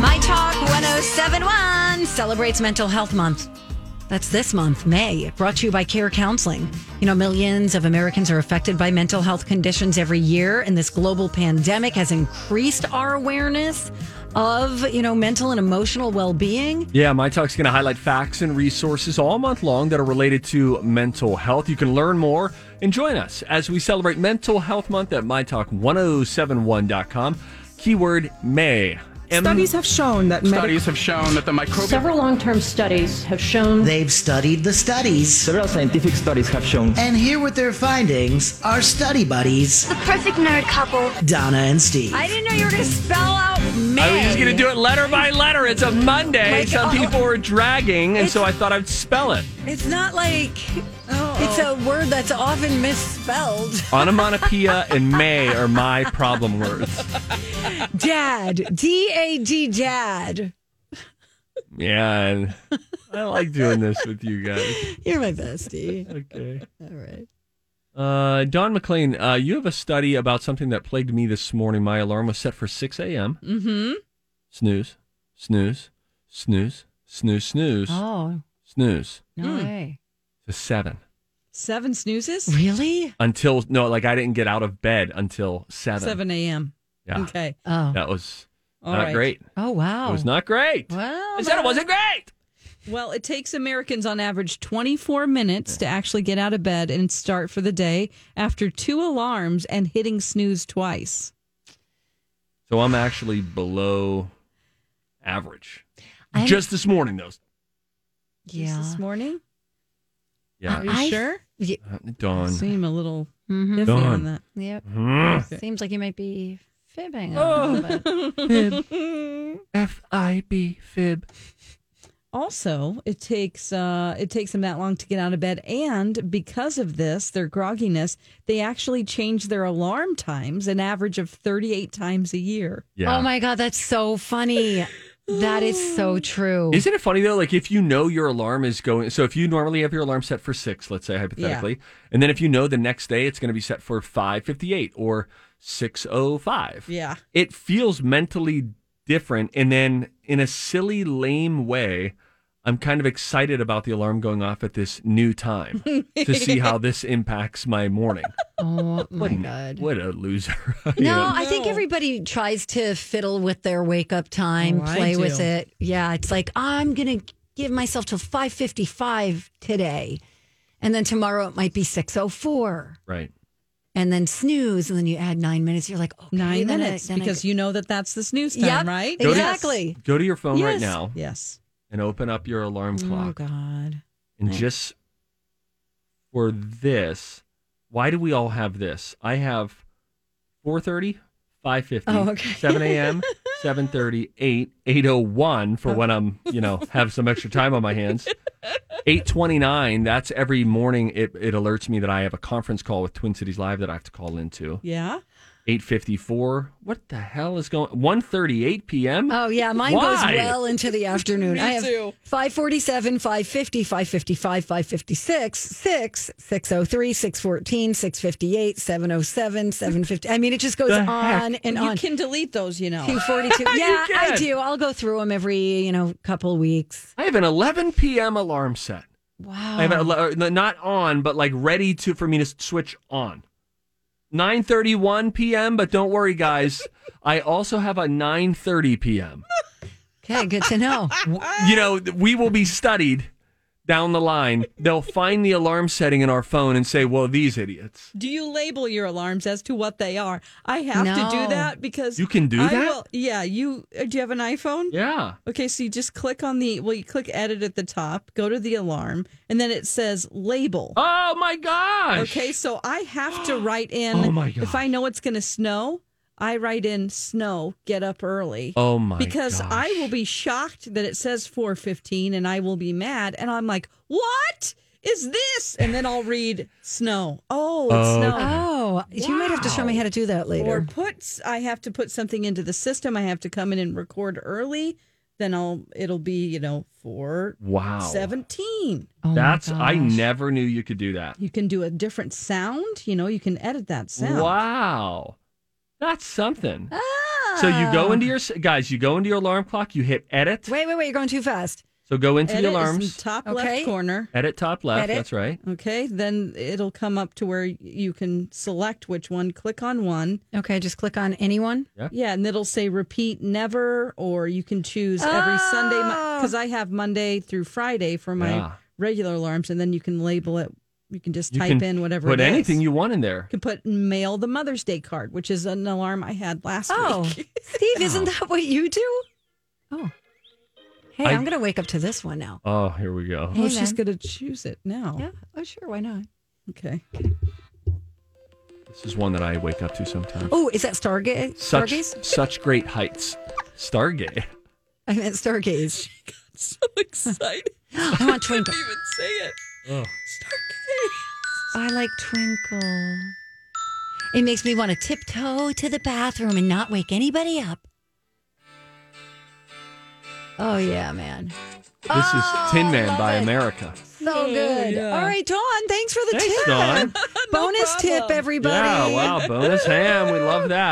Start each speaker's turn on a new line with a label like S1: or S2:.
S1: My Talk 1071 celebrates Mental Health Month. That's this month, May, brought to you by Care Counseling. You know, millions of Americans are affected by mental health conditions every year, and this global pandemic has increased our awareness of, you know, mental and emotional well being.
S2: Yeah, My Talk's going to highlight facts and resources all month long that are related to mental health. You can learn more and join us as we celebrate Mental Health Month at MyTalk1071.com. Keyword May. M-
S3: Studies have shown that medical
S4: Studies have shown that the microbial
S5: Several long term studies have shown
S6: They've studied the studies.
S7: Several scientific studies have shown
S6: And here with their findings are study buddies,
S8: The perfect nerd couple.
S6: Donna and Steve.
S1: I didn't know you were going to spell out May.
S2: I was just going to do it letter by letter. It's a Monday.
S1: Like,
S2: Some
S1: oh.
S2: people were dragging, and so I thought I'd spell it.
S1: It's not like it's a word that's often misspelled.
S2: Onomatopoeia and May are my problem words.
S1: Dad, D A D, dad.
S2: Yeah, and I like doing this with you guys.
S1: You're my bestie.
S2: Okay.
S1: All right.
S2: Uh, Don McLean, uh, you have a study about something that plagued me this morning. My alarm was set for 6 a.m. Mm-hmm. Snooze, snooze, snooze, snooze, snooze,
S1: Oh,
S2: snooze
S1: no way.
S2: to 7.
S9: Seven snoozes?
S1: Really?
S2: Until, no, like I didn't get out of bed until 7.
S9: 7 a.m.
S2: Yeah.
S9: Okay.
S1: Oh.
S2: That was
S9: All
S2: not
S9: right.
S2: great.
S1: Oh, wow.
S2: It was not great.
S1: Well,
S2: I said it wasn't great.
S9: Well, it takes Americans on average 24 minutes to actually get out of bed and start for the day after two alarms and hitting snooze twice.
S2: So I'm actually below average.
S1: I'm-
S2: Just this morning, though.
S9: Just
S1: Yeah.
S9: This morning?
S2: Yeah.
S9: Are you
S1: I-
S9: sure?
S1: Y-
S2: Dawn.
S9: Seem a little
S1: Mm-hmm.
S9: iffy
S2: Done.
S9: on that.
S5: Yep.
S2: Mm.
S5: Seems like you might be fibbing.
S9: Oh.
S2: F I B fib.
S9: Also, it takes uh, it takes them that long to get out of bed, and because of this, their grogginess, they actually change their alarm times an average of thirty eight times a year.
S2: Yeah.
S5: Oh my God, that's so funny. that is so true.
S2: Isn't it funny though? Like if you know your alarm is going, so if you normally have your alarm set for six, let's say hypothetically, and then if you know the next day it's going to be set for five fifty eight or six oh five,
S9: Yeah,
S2: it feels mentally different. And then in a silly, lame way, I'm kind of excited about the alarm going off at this new time to see how this impacts my morning.
S5: oh my
S2: what,
S5: God.
S2: what a loser! You
S1: No,
S2: know?
S1: I think everybody tries to fiddle with their wake up time,
S9: Oh, I
S1: play with
S9: do.
S1: it. Yeah, it's like I'm gonna give myself till five fifty five today, and then tomorrow it might be six oh four,
S2: right.
S1: and then snooze, and then you add nine minutes. You're like okay,
S9: nine
S1: then I-
S9: minutes
S1: then I-
S9: because you know that that's the snooze time,
S1: Yep,
S9: right?
S1: Go to-
S9: exactly.
S2: Go to your phone right
S9: Yes.
S2: now
S9: Yes.
S2: and open up your alarm clock.
S9: Oh God.
S2: And just for this, why do we all have this? I have 4.30, 5.50,
S1: Oh, okay.
S2: 7 a.m., 7.30, 8, 8.01 for when I'm, you know, have some extra time on my hands. 8.29, that's every morning it, it alerts me that I have a conference call with Twin Cities Live that I have to call into.
S9: Yeah.
S2: 8.54, what the hell is going 1.38 p.m.?
S1: Oh yeah, mine
S2: Why?
S1: goes well into the afternoon.
S9: Me
S1: I have
S9: too.
S1: 547, 550, 555, 556, 6, 603, 614, 658, 707, 750. I mean, it just goes
S2: The heck?
S1: on and
S9: you
S1: on.
S9: can delete those, you know.
S1: 242. yeah, I
S2: can.
S1: do. I'll go through them every, you know, couple weeks.
S2: I have an 11 p.m. alarm set.
S1: Wow.
S2: I have a, or not on, but like ready to for me to switch on. 9:31 p.m. But don't worry, guys. I also have a 9:30 p.m.
S1: Okay, good to know.
S2: You know, we will be studied down the line. They'll find the alarm setting in our phone and say, "Well, these idiots."
S9: Do you label your alarms as to what they are? I have to
S1: No.
S9: do that because
S2: You can do
S9: I
S2: that?
S9: Will, yeah. You uh, do you have an iPhone?
S2: Yeah.
S9: Okay, so you just click on the well, you click edit at the top, go to the alarm, and then it says label.
S2: Oh my gosh.
S9: Okay, so I have to write in
S2: Oh my
S9: if I know it's going to snow, I write in snow, get up early.
S2: Oh my
S9: Because I will be shocked that it says 4:15 and I will be mad and I'm like, "What is this?" And then I'll read snow. Oh, it's snow.
S1: Oh, you might have to show me how to do that later.
S9: Or puts I have to put something into the system. I have to come in and record early. Then I'll it'll be, you know, 4
S2: Wow.
S9: 17.
S1: Oh,
S2: That's I never knew you could do that.
S9: You can do a different sound, you know, you can edit that sound.
S2: Wow. That's something. So you
S9: Ah.
S2: go into your guys, you go into your alarm clock, you hit edit.
S1: Wait, wait, wait! You're going too fast.
S2: So go into
S9: Edit
S2: the
S9: is in
S2: alarms.
S9: top
S1: Okay.
S9: left corner.
S2: edit top left.
S1: Edit.
S2: That's right.
S9: Okay, then it'll come up to where you can select which one, click on one.
S1: Okay, just click on anyone.
S9: Yeah, and it'll say repeat never, or you can choose every Sunday because I have Monday through Friday for my
S2: Yeah.
S9: regular alarms, and then you can label it. You can just
S2: You
S9: type
S2: can
S9: in whatever.
S2: Put
S9: it is.
S2: anything you want in there.
S9: You can put mail the Mother's Day card, which is an alarm I had last
S1: Oh,
S9: week.
S1: Steve, isn't that what you do? Oh, hey,
S2: I-
S1: I, am going to wake up to this one now.
S2: Oh, here we go.
S9: Well, she's going to choose it now.
S1: Yeah. Oh, sure. Why not?
S9: Okay.
S2: This is one that I wake up to sometimes.
S1: Oh, is that Stargate?
S2: Such
S1: Stargaze?
S2: such great heights. Stargate.
S1: I meant Stargaze.
S9: So excited.
S1: I want Twinkle.
S9: even say it.
S2: Oh.
S1: I like Twinkle. It makes me want to tiptoe to the bathroom and not wake anybody up. Oh yeah, man.
S2: This
S9: Oh,
S2: is Tin Man
S1: love
S2: by
S1: it.
S2: America.
S1: So good.
S9: yeah.
S1: All right, Dawn, thanks for the
S2: Thanks,
S1: tip.
S2: Dawn.
S1: Bonus tip,
S9: problem.
S1: everybody.
S2: yeah, wow, bonus ham. We love that.